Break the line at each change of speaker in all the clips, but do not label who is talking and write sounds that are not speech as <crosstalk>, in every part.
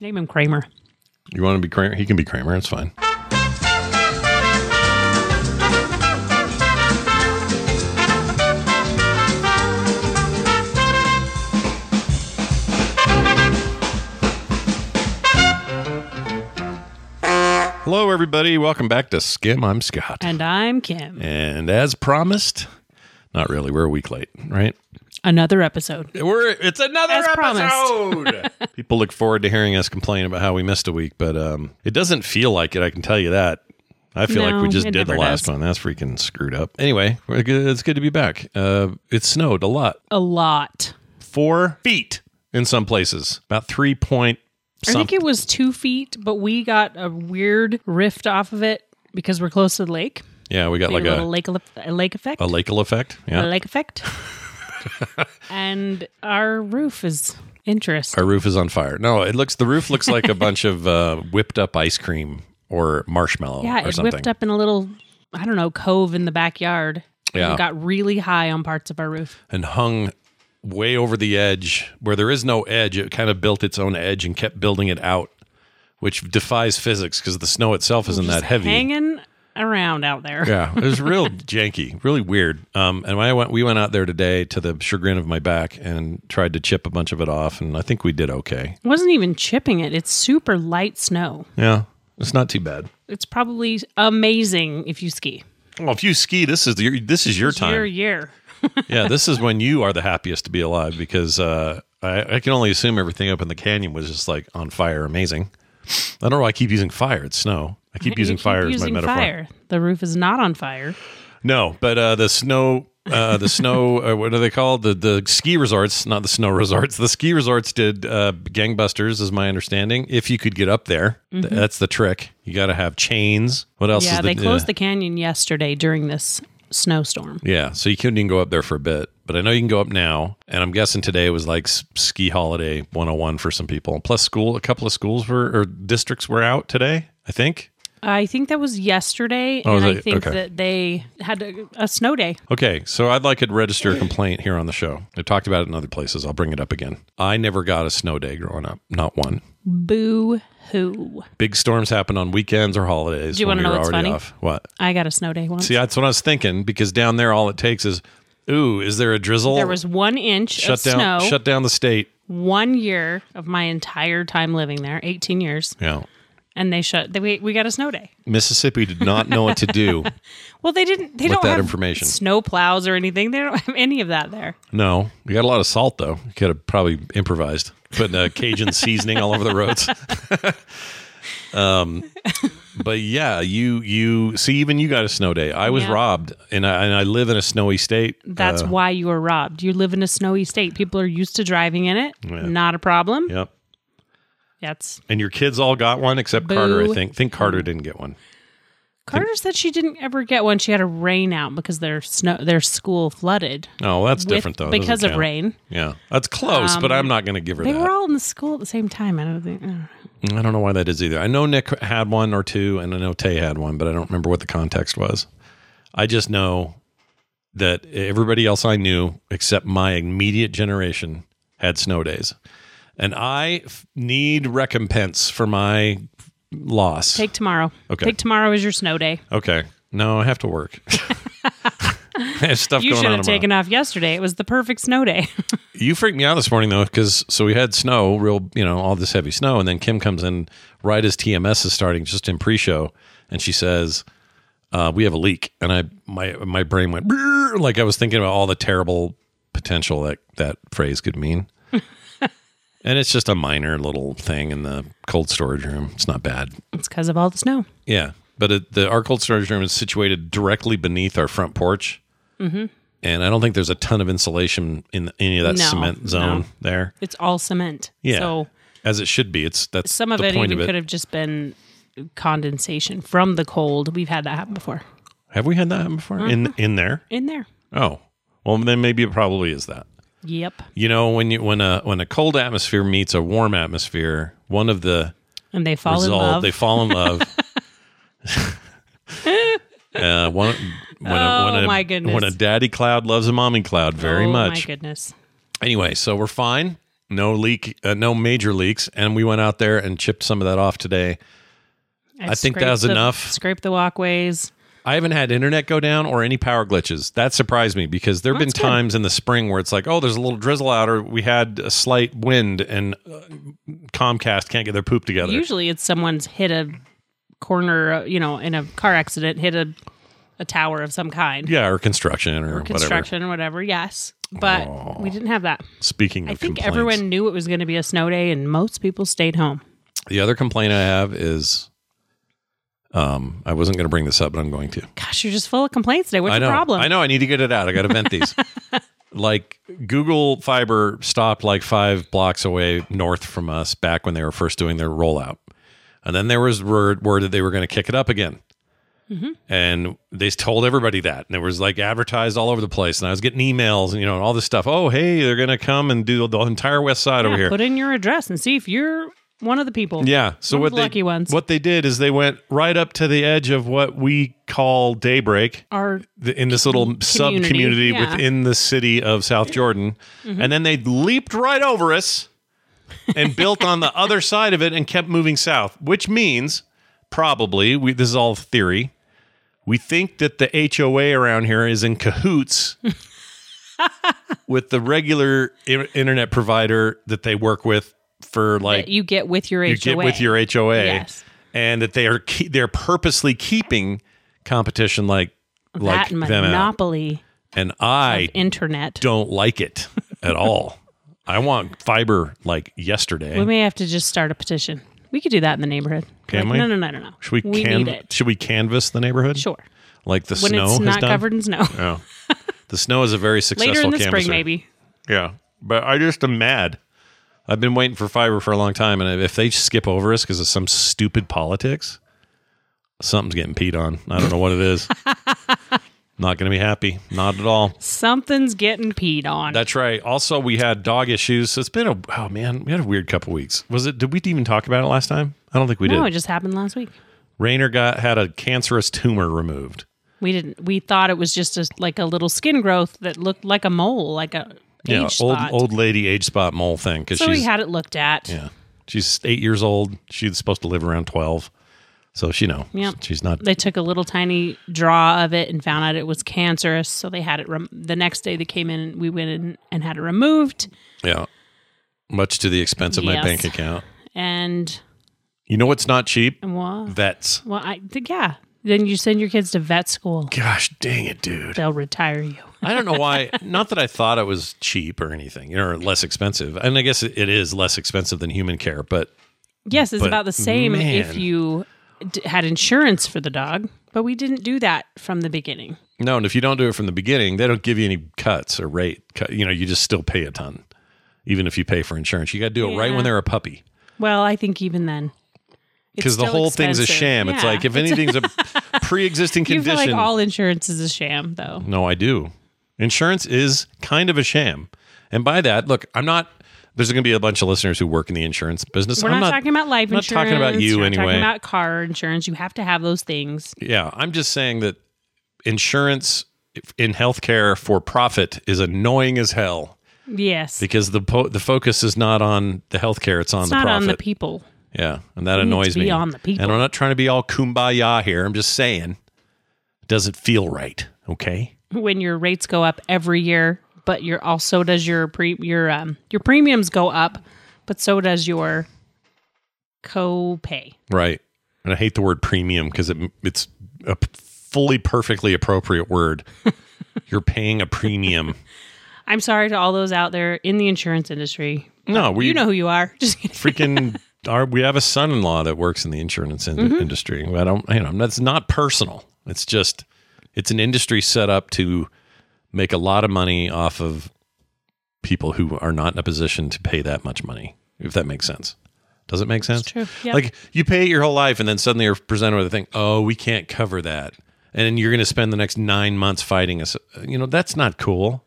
Name him Kramer.
You want to be Kramer? He can be Kramer. It's fine. Hello, everybody. Welcome back to Skim. I'm Scott.
And I'm Kim.
And as promised, not really. We're a week late, right?
Another episode.
We're it's another
As promised. <laughs>
episode. People look forward to hearing us complain about how we missed a week, but um, it doesn't feel like it. I can tell you that. I feel like we
No,
just
it
did the
never
last
does.
one. That's freaking screwed up. Anyway, we're good. it's good to be back. Uh, it snowed a lot,
A lot.
four feet in some places, about three point.
I think
something.
it was two feet, but we got a weird rift off of it because we're close to the lake.
yeah, we got
Like
like
a little
a
lake, a lake effect.
a lakel effect. Yeah,
A lake
<laughs>
effect. and our roof is interest.
Our roof is on fire. No, it looks the roof
<laughs>
looks like a bunch of uh, whipped up ice cream or marshmallow
yeah,
or
it
something.
whipped up in a little, I don't know, cove in the backyard. and
Yeah.
got really high on parts of our roof.
and hung way over the edge where there is no edge. It kind of built its own edge and kept building it out, which defies physics because the snow itself isn't that heavy.
Hanging around out there.
Yeah, it was real <laughs> janky, really weird. Um, and when I went, we went out there today to the chagrin of my back and tried to chip a bunch of it off, and I think we did okay.
It wasn't even chipping it. It's super light snow.
Yeah, it's not too bad.
it's probably amazing if you ski.
Well, if you ski, this is your this is your
It's
time.
Your year.
yeah, this is when you are the happiest to be alive because uh, I, I can only assume everything up in the canyon was just like on fire, amazing. I don't know why I keep using fire. It's snow. I keep
<laughs> You
using
keep
fire as
using
my metaphor.
Fire. The roof is not on fire.
No, but uh, the snow, uh, the snow.
<laughs>
Uh, what are they called? The the ski resorts, not the snow resorts. The ski resorts did uh, gangbusters, is my understanding. If you could get up there, Th- that's the trick. You got to have chains. What else?
Mm-hmm. yeah,
is
they
the,
closed the canyon yesterday during this snowstorm.
Yeah, so you couldn't even go up there for a bit, but I know you can go up now. And I'm guessing today was like s- ski holiday 101 for some people. Plus, school, a couple of schools were or districts were out today, I think.
I think that was yesterday,
Oh,
and
is
I
it?
think
Okay.
that they had a, a snow day.
Okay, so I'd like to register a complaint here on the show. I've talked about it in other places. I'll bring it up again. I never got a snow day growing up, not one.
Boo hoo!
Big storms happen on weekends or holidays.
Do you
when
wanna know
we were
what's
already
funny?
Off. What?
I got a snow day once.
See, that's what I was thinking because down there, all it takes is, ooh, is there a drizzle?
there was one inch
shut
of
down,
snow
shut down the state.
one year of my entire time living there, eighteen years,
Yeah.
and they shut. They, we we got a snow day.
Mississippi did not know what to do.
<laughs> Well, they didn't. They don't
that
have
information.
snow plows or anything. They don't have any of that there.
No, we got a lot of salt though. Could have probably improvised, putting a
<laughs>
Cajun seasoning all over the roads. <laughs> um, but yeah, you you see, even you got a snow day. I was
Yeah.
robbed, and I, and I live in a snowy state. Uh,
That's why you were robbed. You live in a snowy state. People are used to driving in it. Not a problem.
Yep.
That's
And your kids all got one except Carter. I
Boo.
think. Think Carter didn't get one.
Carter said she didn't ever get one. She had a rain out because their snow their school flooded.
Oh, that's
with-
different though. It
Because
doesn't
of
count.
rain. Um,
Yeah, that's close, but I'm not going to give her
They
that.
were all in the school at the same time. I don't think. uh, I don't know.
I don't know why that is either. I know Nick had one or two, and I know Tay had one, but I don't remember what the context was. I just know that everybody else I knew, except my immediate generation, had snow days, and I f- need recompense for my loss.
Take tomorrow.
Okay.
Take tomorrow as your snow day.
okay, no, I have to work. <laughs> I have stuff
You
going
should
on.
have
in my-
taken off yesterday. It was the perfect snow day. <laughs>
you freaked me out this morning though because so we had snow real you know all this heavy snow and then kim comes in right as tms is starting just in pre-show and she says uh, we have a leak and i my my brain went "Brrr," like i was thinking about all the terrible potential that that phrase could mean and it's just a minor little thing in the cold storage room it's not bad
it's because of all the snow.
yeah, but it, the our cold storage room is situated directly beneath our front porch, mm-hmm. and I don't think there's a ton of insulation in any of that
No,
cement zone
no.
there.
It's all cement.
Yeah,
So
as it should be. It's that's
some of
the
it
point
even
of it.
could have just been condensation from the cold. We've had that happen before.
Have we had that happen before in
Mm-hmm.
in there?
In there.
Oh, well then maybe it probably is that.
Yep.
You know when you when a when a cold atmosphere meets a warm atmosphere, one of the
And they fall
result-
in love.
They fall in love.
<laughs>
Uh, one, when a, when
Oh,
a,
my goodness.
When a daddy cloud loves a mommy cloud very
oh,
much,
my goodness.
Anyway, so we're fine. no leak, uh, no major leaks, and we went out there and chipped some of that off today. I think
scraped
that was
the-
enough.
Scrape the walkways.
I haven't had internet go down or any power glitches. That surprised me because there have been
That's good.
times in the spring where it's like, oh, there's a little drizzle out, or we had a slight wind, and uh, Comcast can't get their poop together.
Usually, it's someone's hit a corner, uh, you know, in a car accident, hit a a tower of some kind,
yeah, or construction or, whatever.
construction or whatever. Yes, but we didn't have that.
Speaking of
I think
complaints,
everyone knew it was going to be a snow day, and most people stayed home.
the other complaint I have is, um, I wasn't going to bring this up, but I'm going to.
Gosh, you're just full of complaints today. What's
I know.
the problem?
I know. I need to get it out. I got to
<laughs>
vent these. like Google Fiber stopped like five blocks away north from us back when they were first doing their rollout, and then there was word word that they were going to kick it up again.
Mm-hmm.
And they told everybody that, and it was like advertised all over the place. And I was getting emails and you know and all this stuff. Oh, hey, they're going to come and do the entire west side
Yeah,
over here.
Put in your address and see if you're one of the people.
Yeah. So
One
what
of the
they
lucky ones.
what they did is they went right up to the edge of what we call daybreak
Are
the, in this little sub community
yeah.
within the city of South Jordan. And then they leaped right over us and built on the other side of it and kept moving south, which means probably, we, this is all theory, we think that the HOA around here is in cahoots. with the regular I- internet provider that they work with for like
you get with your
you
HOA?
get with your HOA,
Yes.
and that they are ke- they're purposely keeping competition like
that
like them out.
monopoly
And I
internet.
don't like it
<laughs>
at all. I want fiber like yesterday.
We may have to just start a petition. We could do that in the neighborhood.
Can
Like,
we?
No, no, no, no, no.
should we,
need
can
it.
should we canvas the neighborhood
Sure.
like the
When
snow
it's
has
not
done?
covered in
<laughs>
snow. <laughs>
Oh. the snow is a very successful
Later in the
canvasser.
spring, maybe.
Yeah, but I just am mad. I've been waiting for fiber for a long time, and if they skip over us because of some stupid politics, something's getting peed on. I don't know what it is. <laughs> Not going to be happy. Not at all.
Something's getting peed on.
That's right. Also, we had dog issues. So it's been a oh man, we had a weird couple weeks. Was it? Did we even talk about it last time? I don't think we
no, Oh, it
did.
just happened last week.
Rayner got had a cancerous tumor removed.
We didn't. We thought it was just a, like a little skin growth that looked like a mole, like a
yeah,
age
old
spot.
old lady age spot mole thing because
so
she's
we had it looked at.
Yeah. She's eight years old. She's supposed to live around 12. So she know.
Yep.
She's not.
They took a little tiny draw of it and found out it was cancerous. So they had it. Rem- the next day they came in. and We went in and had it removed.
Yeah. Much to the expense of my
Yes.
bank account.
And
You know what's not cheap?
well,
Vets.
well, I think yeah. Then you send your kids to vet school.
Gosh dang it, dude.
They'll retire you.
I don't know why. <laughs> not that I thought it was cheap or anything or less expensive. And I guess it it is less expensive than human care, but
Yes, it's
But,
about the same if
man.
you d- had insurance for the dog, but we didn't do that from the beginning.
no. And if you don't do it from the beginning, they don't give you any cuts or rate. Cut. You know, you just still pay a ton, even if you pay for insurance. You got to do it right
Yeah.
when they're a puppy.
Well, I think even then, it's
because the
still
whole thing's a
expensive.
sham. It's
Yeah.
like if
<laughs>
anything's a pre-existing
you feel
condition. Mm.
like all insurance is a sham, though.
no, I do. Insurance is kind of a sham, and by that, look, I'm not. There's going to be a bunch of listeners who work in the insurance business.
We're
I'm
not, talking about life
I'm not
insurance.
talking about you
We're not
anyway.
Talking about car insurance, you have to have those things.
Yeah, I'm just saying that insurance in healthcare for profit is annoying as hell
Yes,
because the po- the focus is not on the healthcare; it's on
it's
the
not
profit.
on the people.
Yeah, and that
need to
annoys
be
me.
on the people.
And I'm not trying to be all kumbaya here. I'm just saying, it doesn't feel right. Okay.
When your rates go up every year, but your also does your pre your um your premiums go up, but so does your co-pay.
Right. And I hate the word premium because it, it's a p- fully perfectly appropriate word. <laughs> You're paying a premium.
I'm sorry to all those out there in the insurance industry.
No, we
You know who you are. <laughs> Just kidding.
freaking are. We have a son-in-law that works in the insurance in- industry. I don't, you know, that's not personal. It's just, it's an industry set up to make a lot of money off of people who are not in a position to pay that much money. If that makes sense. Does it make sense?
true. Yep.
Like you pay it your whole life and then suddenly you're presented with a thing, oh, we can't cover that. And then you're going to spend the next nine months fighting us. You know, that's not cool.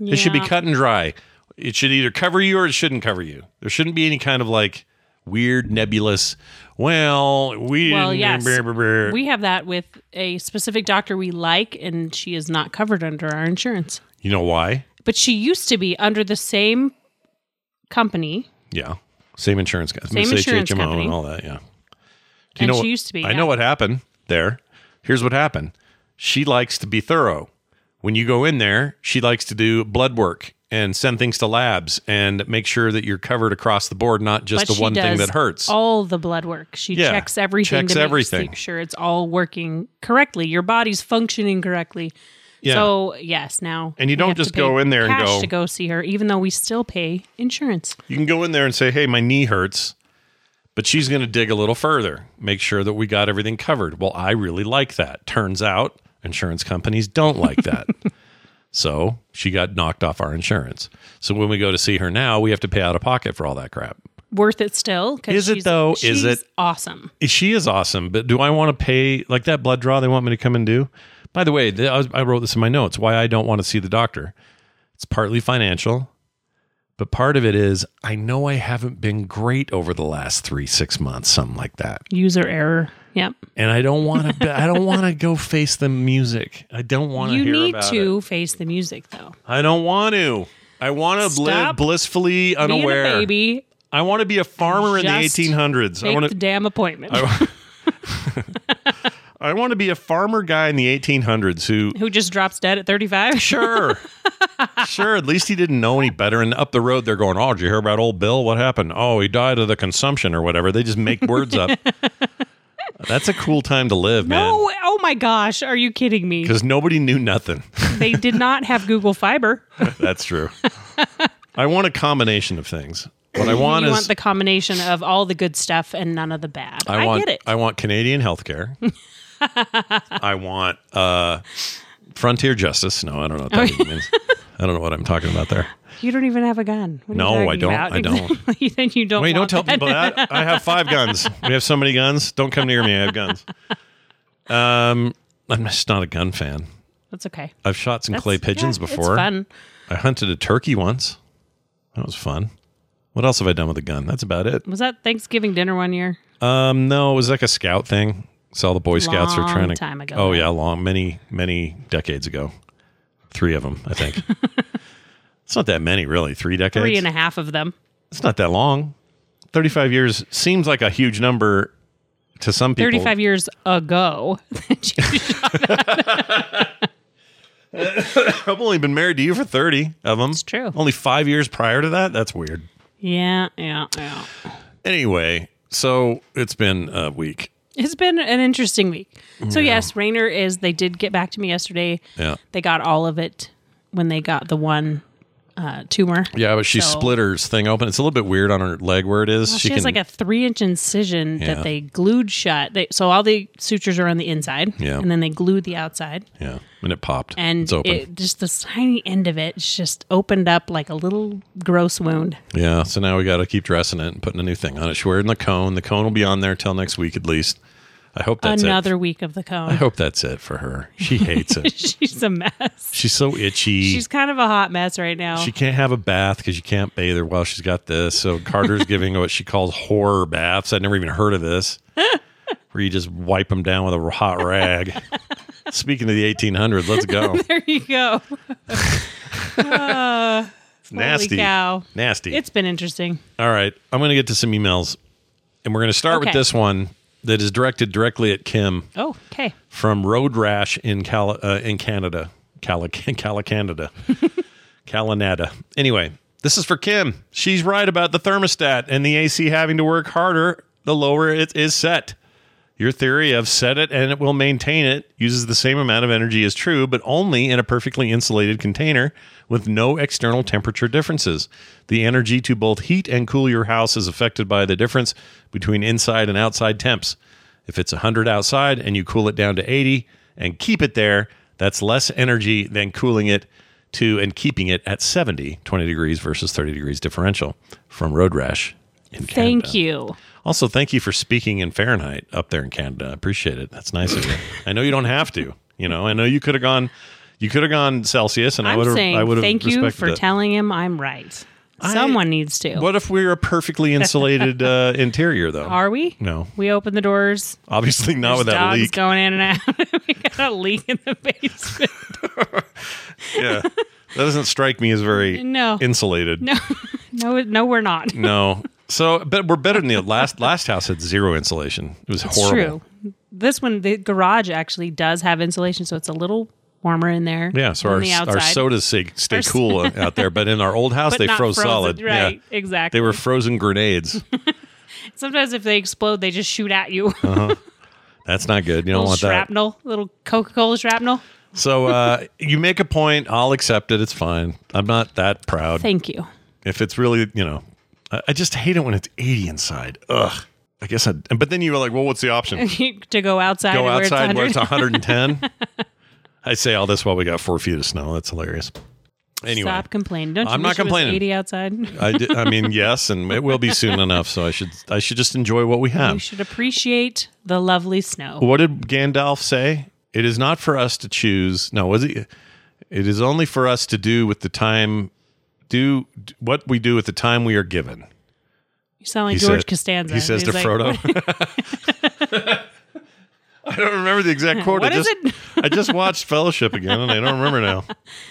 It should be
Yeah.
cut and dry. It should either cover you or it shouldn't cover you. There shouldn't be any kind of like weird, nebulous, well, we
Well,
didn't.
yes.
brr, brr, brr."
We have that with a specific doctor we like, and she is not covered under our insurance.
you know why?
But she used to be under the same company,
Yeah. Same insurance guy.
Same
Miss
insurance
HHMO
company.
and all that. Yeah. Do
and
what-
she used to be.
I
yeah.
know what happened there. Here's what happened. She likes to be thorough. When you go in there, she likes to do blood work and send things to labs and make sure that you're covered across the board, not just
But
the
she
one thing
does
that hurts.
All the blood work. She
Yeah,
checks everything
checks
to make
everything.
sure it's all working correctly. Your body's functioning correctly.
Yeah.
So yes, now
And you
we
don't
have to
just
pay
go in there and
cash
go-
to go see her, even though we still pay insurance.
you can go in there and say, "Hey, my knee hurts." But she's going to dig a little further, make sure that we got everything covered. Well, I really like that. Turns out insurance companies don't like that. so she got knocked off our insurance. So when we go to see her now, we have to pay out of pocket for all that crap.
Worth it still? 'cause
Is it
she's-
though? Is
she's
it?
awesome?
she is awesome, but do I want to pay like that blood draw they want me to come and do? By the way, th- I, was, I wrote this in my notes why I don't want to see the doctor. It's partly financial, but part of it is I know I haven't been great over the last three, six months, something like that.
User error. Yep.
And I don't want to, I don't want to go face the music. I don't want to
You
hear
need
about it.
to face the music though.
I don't want to. I want to live
Stop
blissfully unaware.
Being a baby,
I want to be a farmer in the
Just
1800s. I
make
want to
the damn appointment.
I want to be a farmer guy in the 1800s who
<laughs> Who just drops dead at
<laughs>
thirty-five?
Sure. sure. At least he didn't know any better. And up the road, they're going, Oh, did you hear about old Bill? What happened? Oh, he died of the consumption or whatever. They just make words
<laughs>
up. That's a cool time to live, man.
No, oh my gosh, are you kidding
<laughs>
me?
Because nobody knew nothing. <laughs>
They did not have Google Fiber.
That's true. I want a combination of things. What I want
you
is
want the combination of all the good stuff and none of the bad. I,
want
get it.
I want
<laughs>
Canadian healthcare. I want uh, frontier justice. No, I don't know what that
<laughs>
even means. I don't know what I'm talking about there.
you don't even have a gun. What are
No, I
you talking <laughs> About?
don't. I don't.
Exactly. then you don't.
Wait, don't
want
tell
that.
people that. I have five guns. We have so many guns. Don't come near me. I have guns. Um, I'm just not a gun fan.
<laughs> That's okay.
I've shot some clay
That's-
pigeons
yeah, it's
before.
fun.
I hunted a turkey once. That was fun. What else have I done with a gun? That's about it.
Was that Thanksgiving dinner one year?
Um, no, it was like a scout thing. So all the Boy Scouts are
Long
trying to.
time ago,
oh
though.
yeah, long many many decades ago. Three of them,
<laughs>
I think. it's not that many, really. Three decades.
Three and a half of them.
It's not that long. 35 years seems like a huge number to some people.
Thirty-five years ago. <laughs>
<laughs> I've only been married to you for 30 of them. It's
true.
Only five years prior to that. That's weird.
yeah, yeah, yeah.
Anyway, so it's been a week.
It's been an interesting week. So yes, Rainer is. They did get back to me yesterday.
Yeah.
They got all of it when they got the one uh, tumor.
Yeah, but she
So-
split her thing open. It's a little bit weird on her leg where it is.
She, has like a three inch incision that they glued shut. They, so all the sutures are on the inside,
Yeah.
and then they glued the outside,
yeah, and it popped.
and
it's open.
It, just the tiny end of it is just opened up like a little gross wound.
yeah, so now we got to keep dressing it and putting a new thing on it. She's wearing the cone. The cone will be on there till next week at least. I hope that's
Another
it.
week of the
I <laughs>
cone. <laughs>
hope that's it for her. She hates it.
She's a mess.
She's so itchy.
She's kind of a hot mess right now.
She can't have a bath because you can't bathe her while she's got this. So Carter's
<laughs>
giving what she calls horror baths. I'd never even heard of this, where you just wipe them down with a
<laughs>
hot rag. Speaking of the 1800s, let's
<laughs>
go.
there you go.
It's nasty.
cow.
Nasty.
It's been interesting.
All right. I'm going to get to some emails, and we're going to start with
Okay.
this one that is directed directly at Kim
Oh, okay.
from Road Rash in Cali- uh, in Canada. Cali- <laughs> Cali- Canada. Calanada. Anyway, this is for Kim. She's right about the thermostat and the AC having to work harder the lower it is set. Your theory of set it and it will maintain it uses the same amount of energy as true, but only in a perfectly insulated container with no external temperature differences. The energy to both heat and cool your house is affected by the difference between inside and outside temps. If it's 100 outside and you cool it down to 80 and keep it there, that's less energy than cooling it to and keeping it at 70, 20 degrees versus 30 degrees differential from road rash. In Canada.
Thank you.
Also, thank you for speaking in Fahrenheit up there in Canada. I appreciate it. That's nice of
<laughs>
you. I know you don't have to. You know, I know you could have gone. You could have gone Celsius, and I
I'm
would have.
saying
I would have
thank you
respected
for
it.
telling him I'm right. Someone needs to.
What if we're a
<laughs>
perfectly insulated uh, interior, though?
Are we?
no,
We open the doors.
obviously not with Oh, that
dogs
leak.
going in and out. <laughs> we got a leak in the basement. <laughs>
yeah, that doesn't strike me as very
No.
<laughs> insulated. No,
No, no, we're not.
No. So, but we're better than the last last house had zero insulation. It was horrible.
True. This one, the garage actually does have insulation, so it's a little warmer in there.
Yeah, so
than
our,
the
our
outside,
sodas stay, stay
Our-
cool out there, but in our old
<laughs>
house
but
they
not
froze
frozen,
solid.
Right,
Yeah,
exactly.
they were frozen grenades.
Sometimes if they explode, they just shoot at you.
That's not good. You don't
little
want that.
shrapnel, little Coca Cola shrapnel.
So uh, you make a point. I'll accept it. It's fine. I'm not that proud.
Thank you. <laughs>
if it's really, you know, I, I just hate it when it's 80 inside. Ugh. I guess I. But then you were like, well, what's
<laughs>
the option?
to go outside,
Go
where
outside where it's
it's 100. <laughs>
110. I say all this while we got four feet of snow. That's hilarious. Anyway,
Stop complaining. Don't you
I'm not
wish it was
complaining.
80 outside.
I, di- I mean, yes, and it will be soon enough. So I should I should just enjoy what we
you
have.
should appreciate the lovely snow.
What did Gandalf say? It is not for us to choose. No, was it? It is only for us to do with the time, do d- what we do with the time we are given.
You sound like
He
George
said-
Costanza.
He says
He's
to
like,
Frodo. <laughs> I don't remember
<laughs>
the exact quote.
What
I
is
just I just watched Fellowship again, and I don't remember now.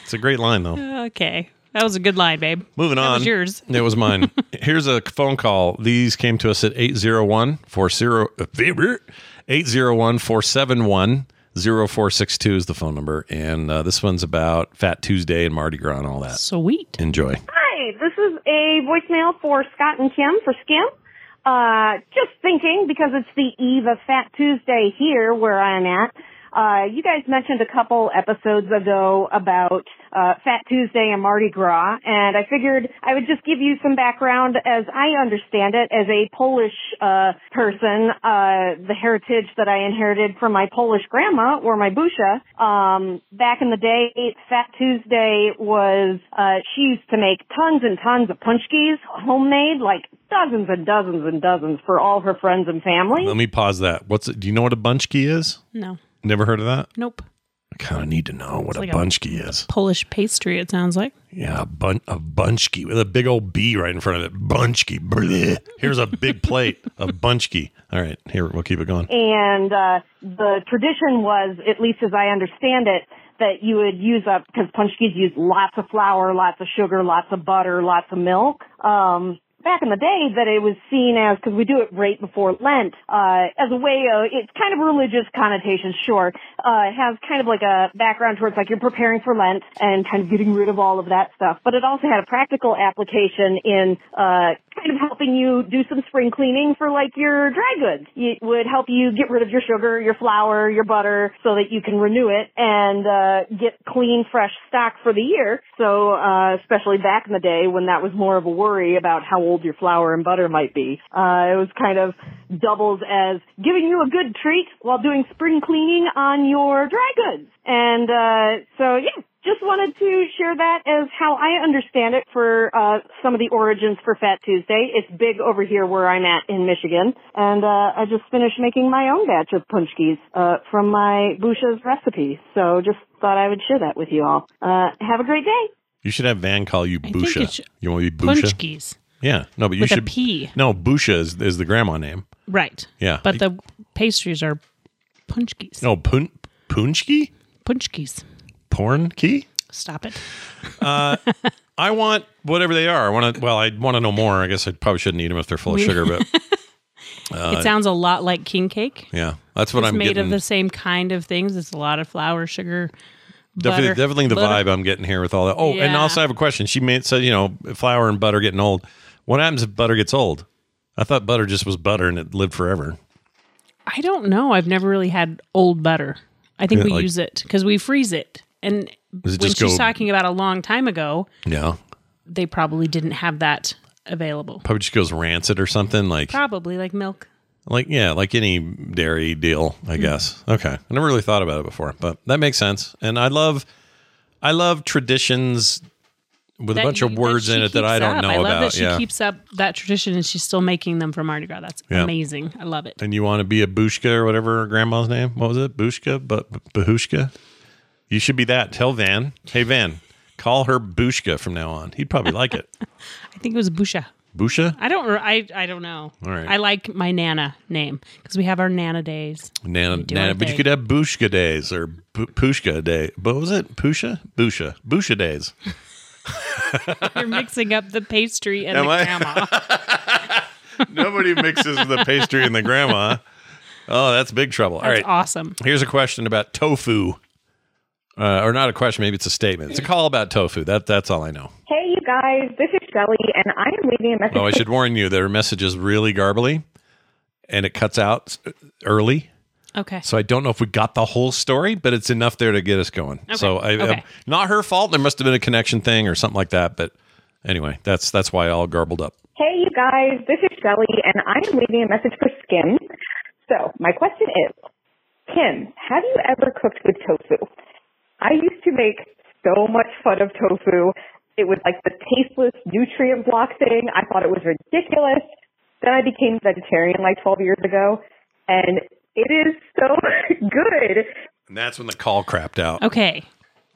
It's a great
<laughs>
line though.
Okay. That was a good line, babe.
Moving on.
was yours.
<laughs> It was mine. Here's a phone call. These came to us at 801 uh, 801 471 0462 is the phone number. And uh, this one's about Fat Tuesday and Mardi Gras and all that.
Sweet.
Enjoy.
Hi, this is a voicemail for Scott and Kim for Skim. Uh, just thinking because it's the eve of Fat Tuesday here where I'm at. Uh, you guys mentioned a couple episodes ago about uh, Fat Tuesday and Mardi Gras, and I figured I would just give you some background as I understand it as a Polish uh, person, uh, the heritage that I inherited from my Polish grandma or my busha. Um, back in the day, Fat Tuesday was uh, she used to make tons and tons of punchkis, homemade, like dozens and dozens and dozens for all her friends and family.
Let me pause that. What's it, Do you know what a bunchki is?
No.
Never heard of that?
Nope.
I kind of need to know what
like
a
a-
bunchki is.
Polish pastry, it sounds like.
Yeah, a, bun- a bunchki with a big old B right in front of it. Bunchki. Bleh. Here's a big plate of bunchki. All right, here, we'll keep it going.
and uh, the tradition was, at least as I understand it, that you would use up because punchkis use lots of flour, lots of sugar, lots of butter, lots of milk. Um, back in the day, that it was seen as because we do it right before Lent uh, as a way of it's kind of religious connotations. Sure, uh, it has kind of like a background towards like you're preparing for Lent and kind of getting rid of all of that stuff, but it also had a practical application in uh, kind of helping you do some spring cleaning for like your dry goods. It would help you get rid of your sugar, your flour, your butter so that you can renew it and uh, get clean, fresh stock for the year. So, uh, especially back in the day when that was more of a worry about how old your flour and butter might be, uh, it was kind of doubled as giving you a good treat while doing spring cleaning on your dry goods. And uh, so, yeah just wanted to share that as how I understand it for uh, some of the origins for Fat Tuesday. It's big over here where I'm at in Michigan, and uh, I just finished making my own batch of punchkis uh, from my Busha's recipe. So just thought I would share that with you all. Uh, have a great day.
You should have Van call you
I think
Busha.
it should-
you want to be Busha?
Punchkis
Yeah. No, but you
with a
should.
P.
No, Busha is, is the grandma name.
Right.
Yeah.
But the pastries are punchkis.
No, pun, Punchki?
Punchkis.
Porn key?
Stop it.
I want whatever they are. I want to, well, I want to know more. I guess I probably shouldn't eat them if they're full of
<laughs>
sugar, but
it sounds a lot like king cake.
yeah, that's Uh, what
It's
I'm
made
getting.
of the same kind of things. It's a lot of flour, sugar,
definitely,
butter.
definitely the
Butter.
vibe I'm getting here with all that. Oh, and
Yeah.
also I have a question. She made, said, you know, flour and butter getting old. What happens if butter gets old? I thought butter just was butter and it lived forever.
I don't know. I've never really had old butter. I think
Yeah,
we
like-
use it because we freeze it. And
Does it
when
just
she's
go-
talking about a long time ago,
Yeah.
they probably didn't have that available.
Probably just goes rancid or something like
Probably like milk.
Like yeah, like any dairy deal,
Hmm.
I guess. Okay, I never really thought about it before, but that makes sense. And I love, I love traditions with
That
a bunch
you-
of words
she
in it that
keeps
I don't
up.
know
I love
about.
that she
yeah,
keeps up that tradition and she's still making them for Mardi Gras. That's
Yeah.
amazing. I love it.
and you want to be a bushka or whatever her grandma's name? What was it? Bushka, but bahushka. You should be that. Tell Van, hey Van, call her Bushka from now on. He'd probably
<laughs>
like it.
I think it was Busha.
Busha,
I don't. re- I I don't know.
All right.
I like my Nana name because we have our Nana days. <laughs>
Nana,
do
Nana.
our
But you
thing.
could have Bushka days or Bu- Pushka day. What was it? Pusha, Busha, Busha days.
You're mixing up the pastry and
Am
the
I? <laughs>
grandma.
Nobody mixes the pastry and the grandma. Oh, that's big trouble. All
That's
right.
awesome.
Here's a question about tofu. Uh, or not a question, maybe it's a statement. It's a call about tofu. That that's all I know.
Hey, you guys, this is Shelly, and I am leaving a message.
Oh,
<laughs>
I should warn you, their message is really garbly and it cuts out s- early.
Okay.
So I don't know if we got the whole story, but it's enough there to get us going. So I,
okay.
uh, not her fault. There must have been a connection thing or something like that. But anyway, that's that's why I all garbled up.
Hey, you guys, this is Shelly, and I am leaving a message for Skim. So, my question is Kim, have you ever cooked with tofu? I used to make so much fun of tofu. It was like the tasteless nutrient block thing. I thought it was ridiculous. Then I became vegetarian like 12 years ago, and it is so <laughs> good.
And that's when the call crapped out.
Okay.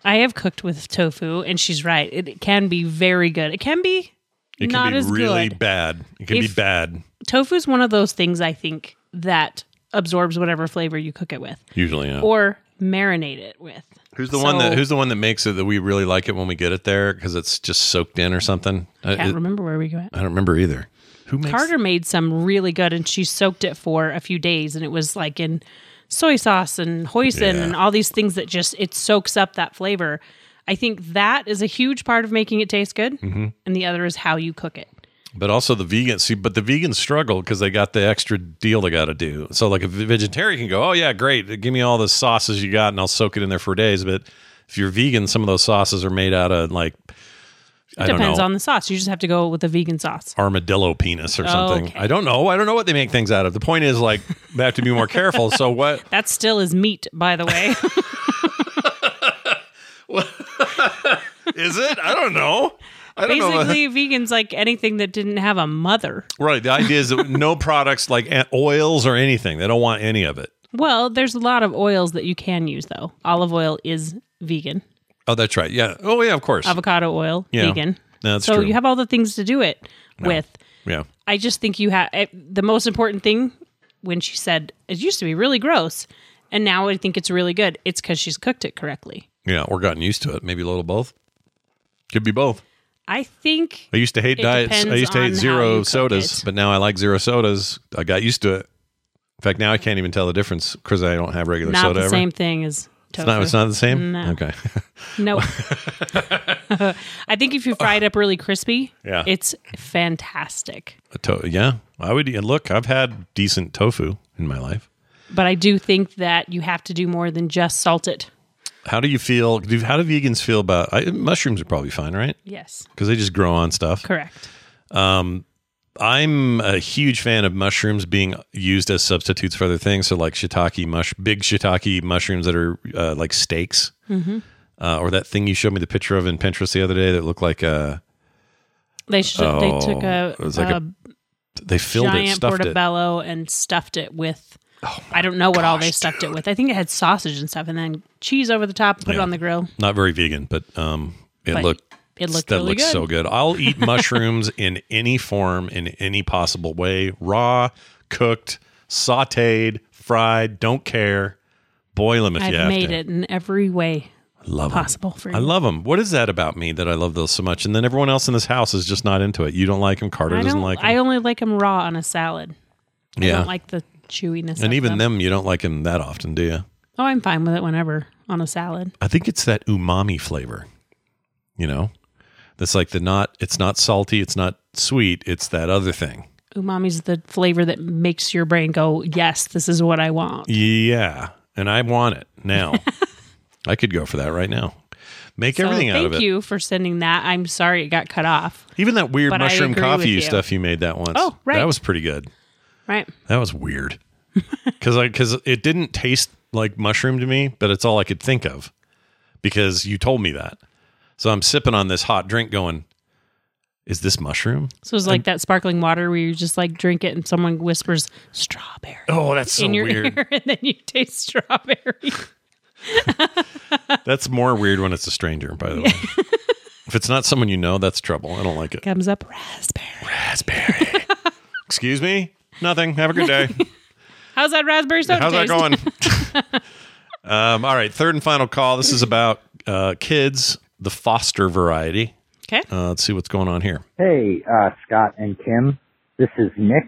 I have cooked with tofu, and she's right. It, it can be very good. It can be
It can
not
be
as
really
good.
bad. It can be
If-
bad
Tofu is one of those things I think that absorbs whatever flavor you cook it with
usually. Yeah.
or marinate it with.
who's the one that
so-
Who's the one that makes it that we really like it when we get it there because it's just soaked in or something? I,
Can't
it-
remember where we went.
I don't remember either. Who makes?
Carter made some really good, and she soaked it for a few days, and it was like in soy sauce and hoisin
Yeah.
and all these things that just it soaks up that flavor. I think that is a huge part of making it taste good,
Mm-hmm.
and the other is how you cook it.
But also the vegans. See, but the vegans struggle because they got the extra deal they got to do. So like a v- vegetarian can go, oh yeah, great, give me all the sauces you got, and I'll soak it in there for days. But if you're vegan, some of those sauces are made out of like I don't
Depends
know
on the sauce. You just have to go with a vegan sauce.
armadillo penis or something.
Okay.
I don't know. I don't know what they make things out of. The point is like they have to be more careful.
<laughs>
So what?
That still is meat, by the
<laughs>
way.
Is it? I don't know. I don't
Basically, vegans like anything that didn't have a mother.
know. Right. The idea
<laughs>
is that no products like a- oils or anything. They don't want any of it.
Well, there's a lot of oils that you can use though. Olive oil is vegan.
Oh, that's right. Yeah. Oh, yeah. Of course.
Avocado oil,
Yeah.
vegan.
That's
so
true.
you have all the things to do it with.
yeah.
I just think you have the most important thing when she said it used to be really gross and now I think it's really good. It's cuz she's cooked it correctly.
Yeah, or gotten used to it. Maybe a little both. Could be both.
I think
I used to hate
It
diets. I
depends
used to
on
hate
how you
zero
cook
sodas,
it.
but now I like zero sodas. I got used to it. In fact, now I can't even tell the difference because I don't have regular
not
soda
the
ever.
same thing as tofu.
It's not, it's not the same?
No.
Okay. <laughs>
No. <laughs> I think if you fry it up really crispy,
Yeah.
it's fantastic.
A to- yeah. I would and look, I've had decent tofu in my life.
But I do think that you have to do more than just salt it.
How do you feel? Do, how do vegans feel about I, mushrooms? Are probably fine, right?
Yes.
Because they just grow on stuff.
Correct.
I'm a huge fan of mushrooms being used as substitutes for other things. So like shiitake mush, big shiitake mushrooms that are uh, like steaks,
Mm-hmm.
uh, or that thing you showed me the picture of in Pinterest the other day that looked like uh, a
They should, they took a,
Oh, it was like
a
a they filled it, Oh
giant
stuffed it.
portobello and stuffed it with I don't know what all they stuffed it with. I think it had sausage and stuff and then cheese over the top, put it
Yeah.
on the grill.
Not very vegan, but um, it
But
looked
it looked
that
really
looks
good.
so good. I'll
<laughs>
eat mushrooms in any form, in any possible way, raw, cooked, sautéed, fried. Don't care. Boil them if
I've
you have
made
to.
it in every way
Love 'em.
possible for you.
I love them. What is that about me that I love those so much? And then everyone else in this house is just not into it. You don't like them. Carter
I
doesn't
don't
like
I
them.
only like them raw on a salad. I
yeah.
don't like the chewiness
and
of
even
them.
them, you don't like them that often, do you?
Oh, I'm fine with it whenever on a salad.
I think it's that umami flavor, you know? That's like the not, it's not salty, it's not sweet, it's that other thing.
Umami's the flavor that makes your brain go, "Yes, this is what I want."
Yeah. And I want it
<laughs>
now. I could go for that right now. Make
So
everything out
thank
of it.
you for sending that. I'm sorry it got cut off.
Even that weird
But I
mushroom
agree
coffee
with you.
stuff you made that once.
Oh, right.
That was pretty good.
Right.
That was weird. <laughs> Cuz I cuz it didn't taste like mushroom to me, but it's all I could think of because you told me that. So I'm sipping on this hot drink going is this mushroom?
So it's like that sparkling water where you just like drink it and someone whispers strawberry
Oh, that's so
in your
weird.
ear <laughs> and then you taste
<laughs>
strawberry.
That's more weird when it's a stranger, by
<laughs>
the way. if it's not someone you know, that's trouble. I don't like it.
Comes up raspberry.
Raspberry. <laughs> Excuse me? Nothing. Have a
<laughs>
good day.
How's that raspberry soda
How's that
taste?
going?
<laughs>
um, all right, third and final call. This is about uh, kids, the foster variety.
Okay.
Uh, let's see what's going on here.
Hey, uh, Scott and Kim. This is Nick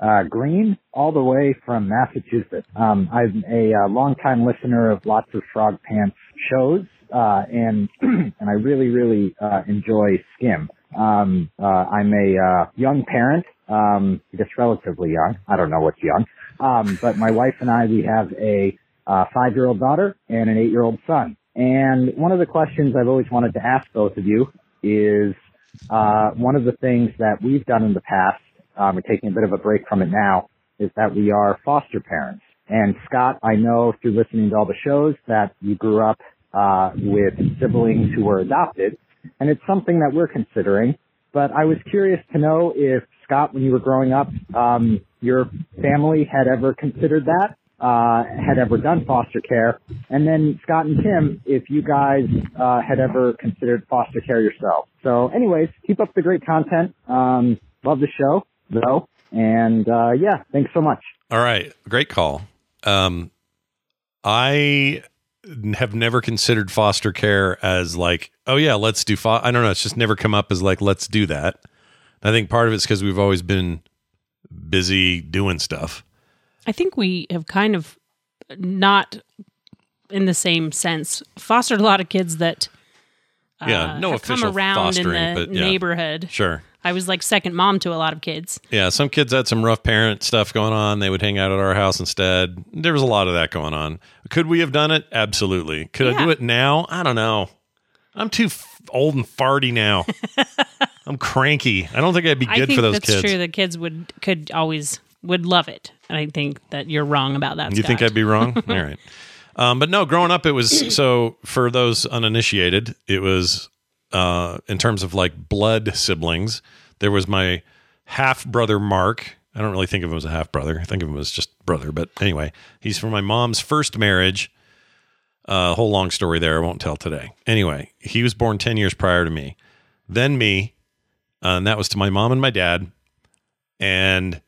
uh, Green, all the way from Massachusetts. Um, I'm a uh, longtime listener of lots of Frog Pants shows, uh, and <clears throat> and I really, really uh, enjoy Skim. Um, uh, I'm a uh, young parent, um, I guess relatively young. I don't know what's young, um, but my wife and I we have a uh, five-year-old daughter and an eight-year-old son. And one of the questions I've always wanted to ask both of you is uh, one of the things that we've done in the past, um, we're taking a bit of a break from it now, is that we are foster parents. And Scott, I know through listening to all the shows that you grew up uh, with siblings who were adopted, and it's something that we're considering. But I was curious to know if Scott, when you were growing up, um, your family had ever considered that, uh, had ever done foster care, and then Scott and Tim, if you guys uh, had ever considered foster care yourself. So, anyways, keep up the great content. Um, love the show, though, and uh, yeah, thanks so much.
All right, great call. Um, I have never considered foster care as like, oh yeah, let's do. Fo-. I don't know. It's just never come up as like, let's do that. I think part of it's because we've always been busy doing stuff.
I think we have kind of not in the same sense fostered a lot of kids that uh,
Yeah, no
have come
official
around in
fostering,
the
but yeah.
neighborhood.
Sure.
I was like second mom to a lot of kids.
Yeah, some kids had some rough parent stuff going on. They would hang out at our house instead. There was a lot of that going on. Could we have done it? Absolutely. Could I
Yeah.
do it now? I don't know. I'm too f- old and farty now.
<laughs>
I'm cranky. I don't think I'd be
I
good
think
for those
that's
kids.
true. The kids would could always would love it, and I think that you're wrong about that.
You think
Scott.
I'd be wrong? All right. Um, but no, growing up, it was so for those uninitiated, it was uh, in terms of like blood siblings. There was my half brother Mark. I don't really think of him as a half brother. I think of him as just brother. But anyway, he's from my mom's first marriage. uh, whole long story there. I won't tell today. Anyway, he was born ten years prior to me, then me, uh, and that was to my mom and my dad. And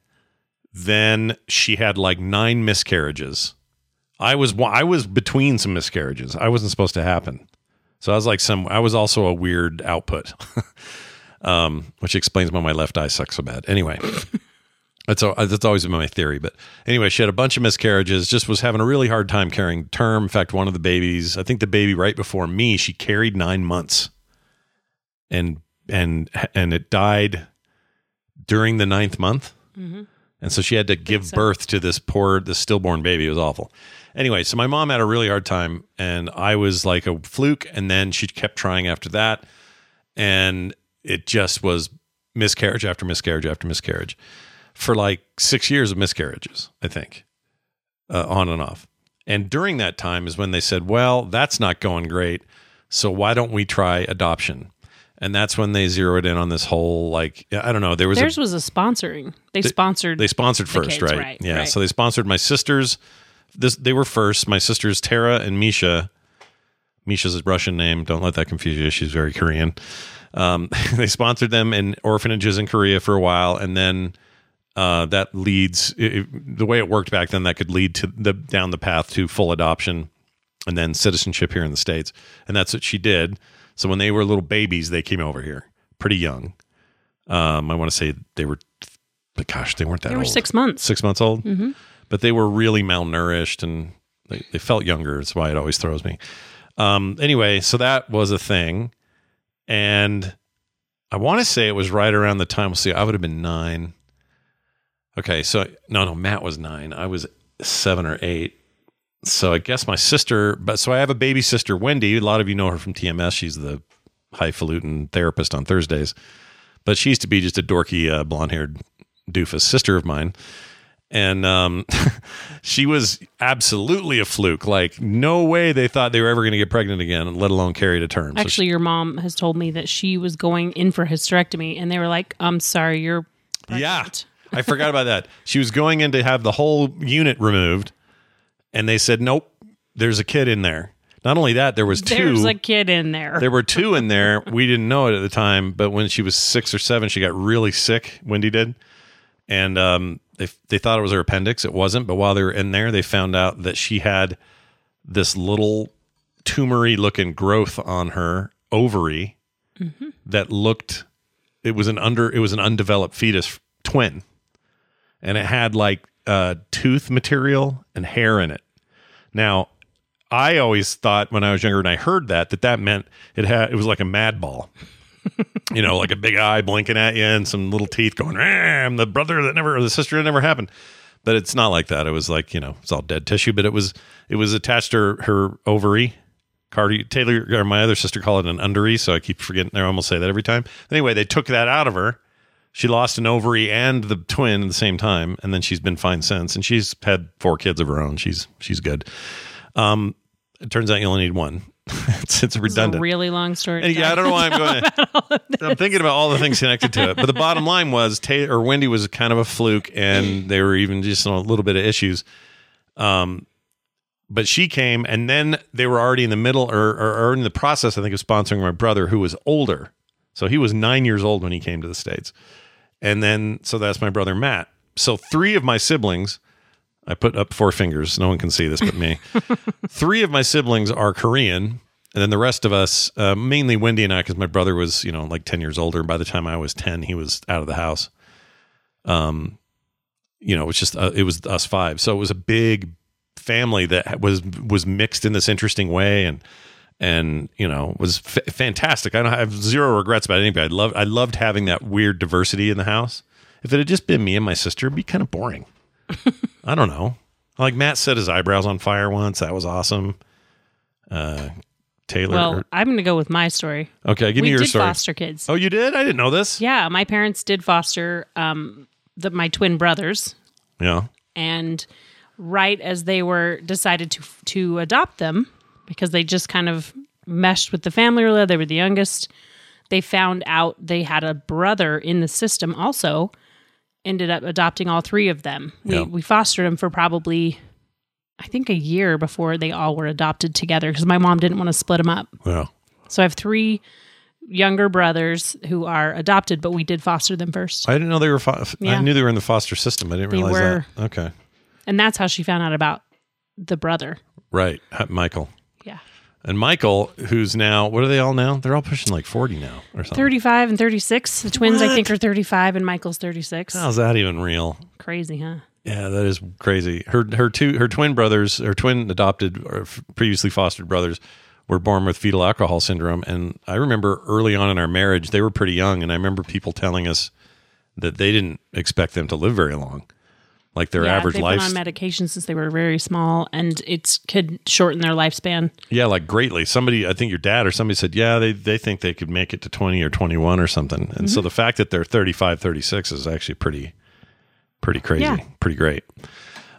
then she had like nine miscarriages. I was wa- I was between some miscarriages. I wasn't supposed to happen. So I was like some I was also a weird output. <laughs> um which explains why my left eye sucks so bad. Anyway. <laughs> That's al- that's always been my theory, but anyway, she had a bunch of miscarriages. Just was having a really hard time carrying term. In fact, one of the babies, I think the baby right before me, she carried nine months, and and and it died during the ninth month. And so she had to give birth to this poor, this stillborn baby. It was awful. Anyway, so my mom had a really hard time, and I was like a fluke. And then she kept trying after that, and it just was miscarriage after miscarriage after miscarriage for like six years of miscarriages, I think, uh, on and off. And during that time is when they said, well, that's not going great. So why don't we try adoption? And that's when they zeroed in on this whole like I don't know. There was a
Theirs was a sponsoring. They sponsored.
they sponsored first,
kids,
right?
right,
Yeah.
right.
So they sponsored my sisters. This they were first. My sisters Tara and Misha. Misha's a Russian name. Don't let that confuse you. She's very Korean. Um, <laughs> they sponsored them in orphanages in Korea for a while, and then uh, that leads it, it- the way it worked back then. That could lead to the down the path to full adoption, and then citizenship here in the states. And that's what she did. So when they were little babies, they came over here pretty young. Um, I want to say they were, but gosh, they weren't that
they
old
were six months. Mm-hmm.
six months old, but they were really malnourished and they, they felt younger. That's why it always throws me. Um, anyway, so that was a thing. And I want to say it was right around the time. See, I would have been nine. Okay. So, no, no, Matt was nine. I was seven or eight. So I guess my sister, but so I have a baby sister, Wendy. A lot of you know her from TMS. She's the highfalutin therapist on Thursdays, but she used to be just a dorky, uh, blonde haired doofus sister of mine and um, <laughs> she was absolutely a fluke. Like, no way they thought they were ever going to get pregnant again, let alone carry to term. So
Actually, your mom has told me that she was going in for hysterectomy, and they were like, "I'm sorry, you're pregnant."
Yeah. <laughs> I forgot about that. She was going in to have the whole unit removed, and they said, nope, there's a kid in there. Not only that,
<laughs>
there was two.
There's a kid in there.
<laughs> there were two in there. We didn't know it at the time, but when she was six or seven, she got really sick. Wendy did, and um, they they thought it was her appendix. It wasn't. But while they were in there, they found out that she had this little tumory looking growth on her ovary that looked it was an under it was an undeveloped fetus twin and it had like uh tooth material and hair in it now i always thought when i was younger and i heard that that that meant it had it was like a mad ball you know like a big eye blinking at you and some little teeth going "Ah, i'm the brother that never or the sister that never happened but it's not like that it was like you know it's all dead tissue but it was it was attached to her, her ovary Cardi Taylor or my other sister called it an undery, so I keep forgetting. I almost say that every time. Anyway, they took that out of her. She lost an ovary and the twin at the same time, and then she's been fine since. And she's had four kids of her own. She's she's good. Um, it turns out you only need one. <laughs> it's it's
This is a
redundant.
really long story.
And yeah, I don't know why I'm going. <laughs> I'm thinking about all the things connected to it. But the bottom line was Taylor or Wendy was kind of a fluke, and they were even just on a little bit of issues. Um, but she came, and then they were already in the middle or, or, or in the process, I think, of sponsoring my brother, who was older. So he was nine years old when he came to the States. And then, so that's my brother, Matt. So three of my siblings, I put up four fingers. No one can see this but me. three of my siblings are Korean, and then the rest of us, uh, mainly Wendy and I, because my brother was, you know, like ten years older, and by the time I was ten, he was out of the house. Um, you know, it's just uh, it was us five, so it was a big family that was was mixed in this interesting way, and and you know was f- fantastic. I don't have zero regrets about anybody. I loved I loved having that weird diversity in the house. If it had just been me and my sister, it'd be kind
<laughs>
of boring. I don't know. Like Matt set his eyebrows on fire once. That was awesome. Uh, Taylor. er,
Well, I'm going to go with my story.
okay, give
we
me your
did
story.
foster kids.
Oh, you did? I didn't know this.
Yeah, my parents did foster um, the, my twin brothers,
Yeah.
and right as they were decided to to adopt them because they just kind of meshed with the family really. They were the youngest. They found out they had a brother in the system. Also, ended up adopting all three of them. We
Yeah.
we fostered them for probably. I think a year before they all were adopted together because my mom didn't want to split them up.
Yeah.
So I have three younger brothers who are adopted, but we did foster them first.
I didn't know they were. Fo- I
Yeah.
knew they were in the foster system. I didn't
They
realize
were.
that. Okay.
And that's how she found out about the brother.
Right. Ha- Michael.
Yeah.
And Michael, who's now, what are they all now? They're all pushing like 40 now or something.
35 and 36. The twins, I think, are 35 and Michael's 36.
How's that even real?
Crazy, huh?
Yeah, that is crazy. Her her two her twin brothers, her twin adopted or f- previously fostered brothers, were born with fetal alcohol syndrome. And I remember early on in our marriage, they were pretty young, and I remember people telling us that they didn't expect them to live very long, like their
yeah,
average
they've
life.
been on medication since they were very small and it could shorten their lifespan.
yeah, like greatly. Somebody, I think your dad or somebody said, yeah, they they think they could make it to twenty or twenty one or something. And
Mm-hmm.
so the fact that they're 35, 36 is actually pretty, pretty crazy,
Yeah.
pretty great.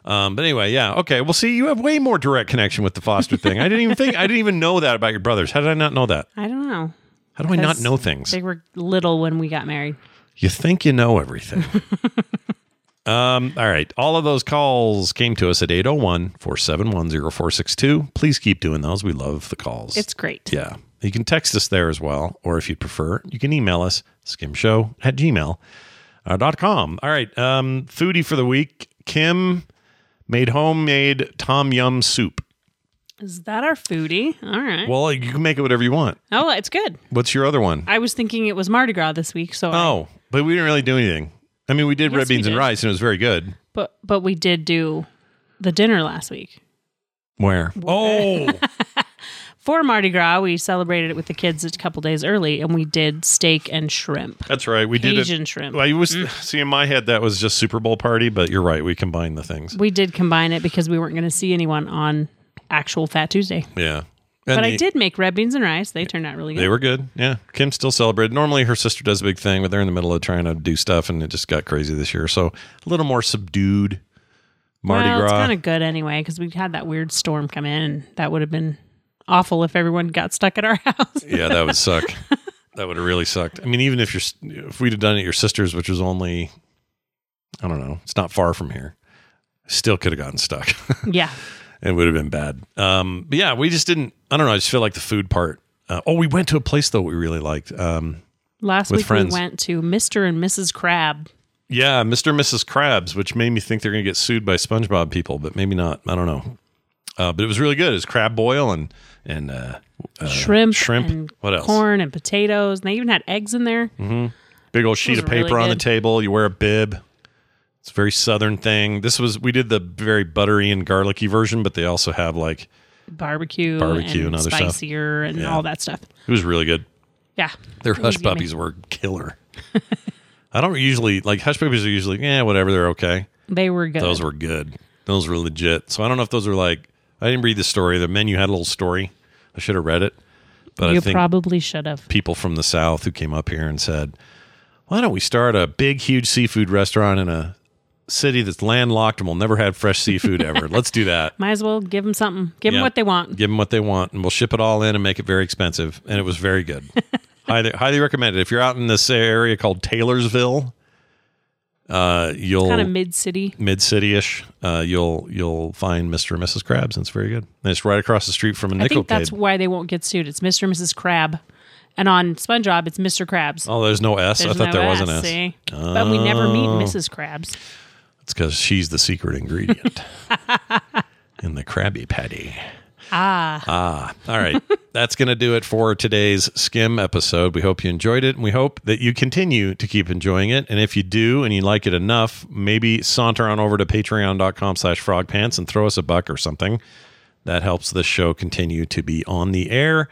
Um, but anyway, yeah, okay. Well, see, you have way more direct connection with the foster thing. I didn't even think, I didn't even know that about your brothers. How did I not know that?
I don't know.
How do I not
Because
know things?
They were little when we got married.
You think you
<laughs>
know everything. um, all right. All of those calls came to us at 801 471 0462. Please keep doing those. We love the calls.
It's great.
yeah. You can text us there as well, or if you prefer, you can email us skimshow at gmail uh, dot com. All right. Um, foodie for the week. Kim made homemade tom yum soup.
Is that our foodie? All right.
Well, you can make it whatever you want.
oh, it's good.
What's your other one?
I was thinking it was Mardi Gras this week, so I-
Oh, but we didn't really do anything. I mean, we did
Yes,
red
we
beans and
did.
rice, and it was very good.
but but we did do the dinner last week.
Where? Oh,
for Mardi Gras, we celebrated it with the kids a couple days early, and we did steak and shrimp,
that's right. We did
Cajun
it.
shrimp. Mm.
I was see in my head that was just Super Bowl party, but you're right. We combined the things.
we did combine it because we weren't going to see anyone on actual Fat Tuesday.
Yeah, And
But I
the-
did make red beans and rice. They turned out really good.
They were good. Yeah, Kim still celebrated. Normally, her sister does a big thing, but they're in the middle of trying to do stuff, and it just got crazy this year. So a little more subdued. Mardi
well, it's
Gras.
kind of good anyway because we had that weird storm come in, and that would have been awful if everyone got stuck at our <laughs> house.
<laughs> yeah, that
<laughs>
would suck. that would have really sucked. I mean, even if you're, if we'd have done it at your sister's, which was only, I don't know, it's not far from here, still could have gotten stuck. <laughs>
yeah,
it would have been bad. Um, but yeah, we just didn't. I don't know. I just feel like the food part. Uh, oh, we went to a place though we really liked. Um,
last
With
week
friends.
we went to Mister and Mrs. Crab.
yeah, Mr. and Mrs. Krabs, which made me think they're going to get sued by SpongeBob people, but maybe not. I don't know. Uh, but it was really good. It was crab boil and and uh, uh,
shrimp,
shrimp. Mm.
and
what else?
corn and potatoes, and they even had eggs in there.
Big old sheet
was
of paper
really
on the
good.
table. You wear a bib. It's a very southern thing. This was we did the very buttery and garlicky version, but they also have like
Barbecue,
Barbecue and other stuff.
spicier and
Yeah.
all that stuff.
it was really good.
Yeah,
Their
It was
hush
yummy.
puppies were killer. <laughs> I don't usually like hush puppies are usually yeah whatever they're okay.
They were good.
Those were good. Those were legit. So I don't know if those were like I didn't read the story. The menu had a little story. I should have read it, but I
you
think
probably should have.
people from the south who came up here and said, "Why don't we start a big, huge seafood restaurant in a city that's landlocked and will never have fresh seafood ever? Let's do that."
Might as well give them something. Give
Yeah.
them what they want.
Give them what they want, and we'll ship it all in and make it very expensive. And it was very good. highly, highly recommended. If you're out in this area called Taylorsville, uh, you'll
Kind of mid city.
mid city ish, uh, you'll you'll find Mr. and Mrs. Krabs, and it's very good. And it's right across the street from a
I
nickel
think
cave.
that's why they won't get sued. It's Mr. and Mrs. Crab, and on SpongeBob, it's Mr. Krabs.
Oh, there's no S. I
There's no
thought there was an
S,
S. Oh.
see? But we never meet Mrs. Krabs.
It's because she's the secret
<laughs>
ingredient in the Krabby Patty. Ah. Ah.
<laughs>
All right. That's going to do it for today's skim episode. We hope you enjoyed it and we hope that you continue to keep enjoying it. And if you do and you like it enough, maybe saunter on over to patreon.com slash frogpants and throw us a buck or something. That helps this show continue to be on the air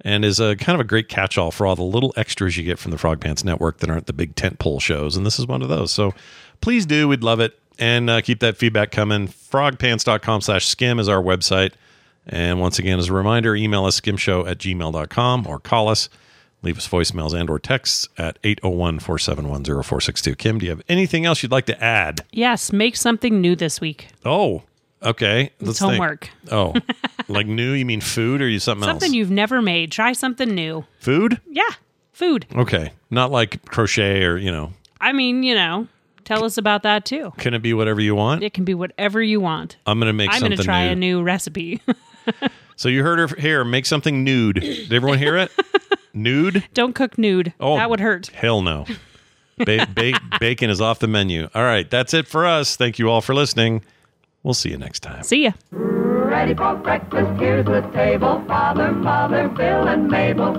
and is a kind of a great catch-all for all the little extras you get from the Frog Pants Network that aren't the big tentpole shows, and this is one of those. So please do, we'd love it, and uh, keep that feedback coming. Frogpants.com/skim is our website, and once again, as a reminder, email us skimshow at gmail.com or call us, leave us voicemails and or texts at 801-471-0462. Kim, do you have anything else you'd like to add?
Yes, make something new this week.
Oh, okay,
It's
let's think.
homework.
Oh, <laughs> like new? You mean food or you something,
Something
else?
you've never made. Try something new.
food?
Yeah, food.
Okay, not like crochet or you know.
I mean, you know, tell us about that too.
Can it be whatever you want?
It can be whatever you want.
I'm gonna make
I'm going
something
to try
new.
a new recipe. <laughs>
so you heard her f- here. Make something nude. Did everyone
<laughs>
hear it? nude?
Don't cook nude.
Oh.
That would hurt.
Hell no. Ba-
<laughs>
ba- bacon is off the menu. All right, that's it for us. Thank you all for listening. We'll see you next time.
See ya.
Ready for breakfast, here's the table. Father, Mother, Bill, and Mabel.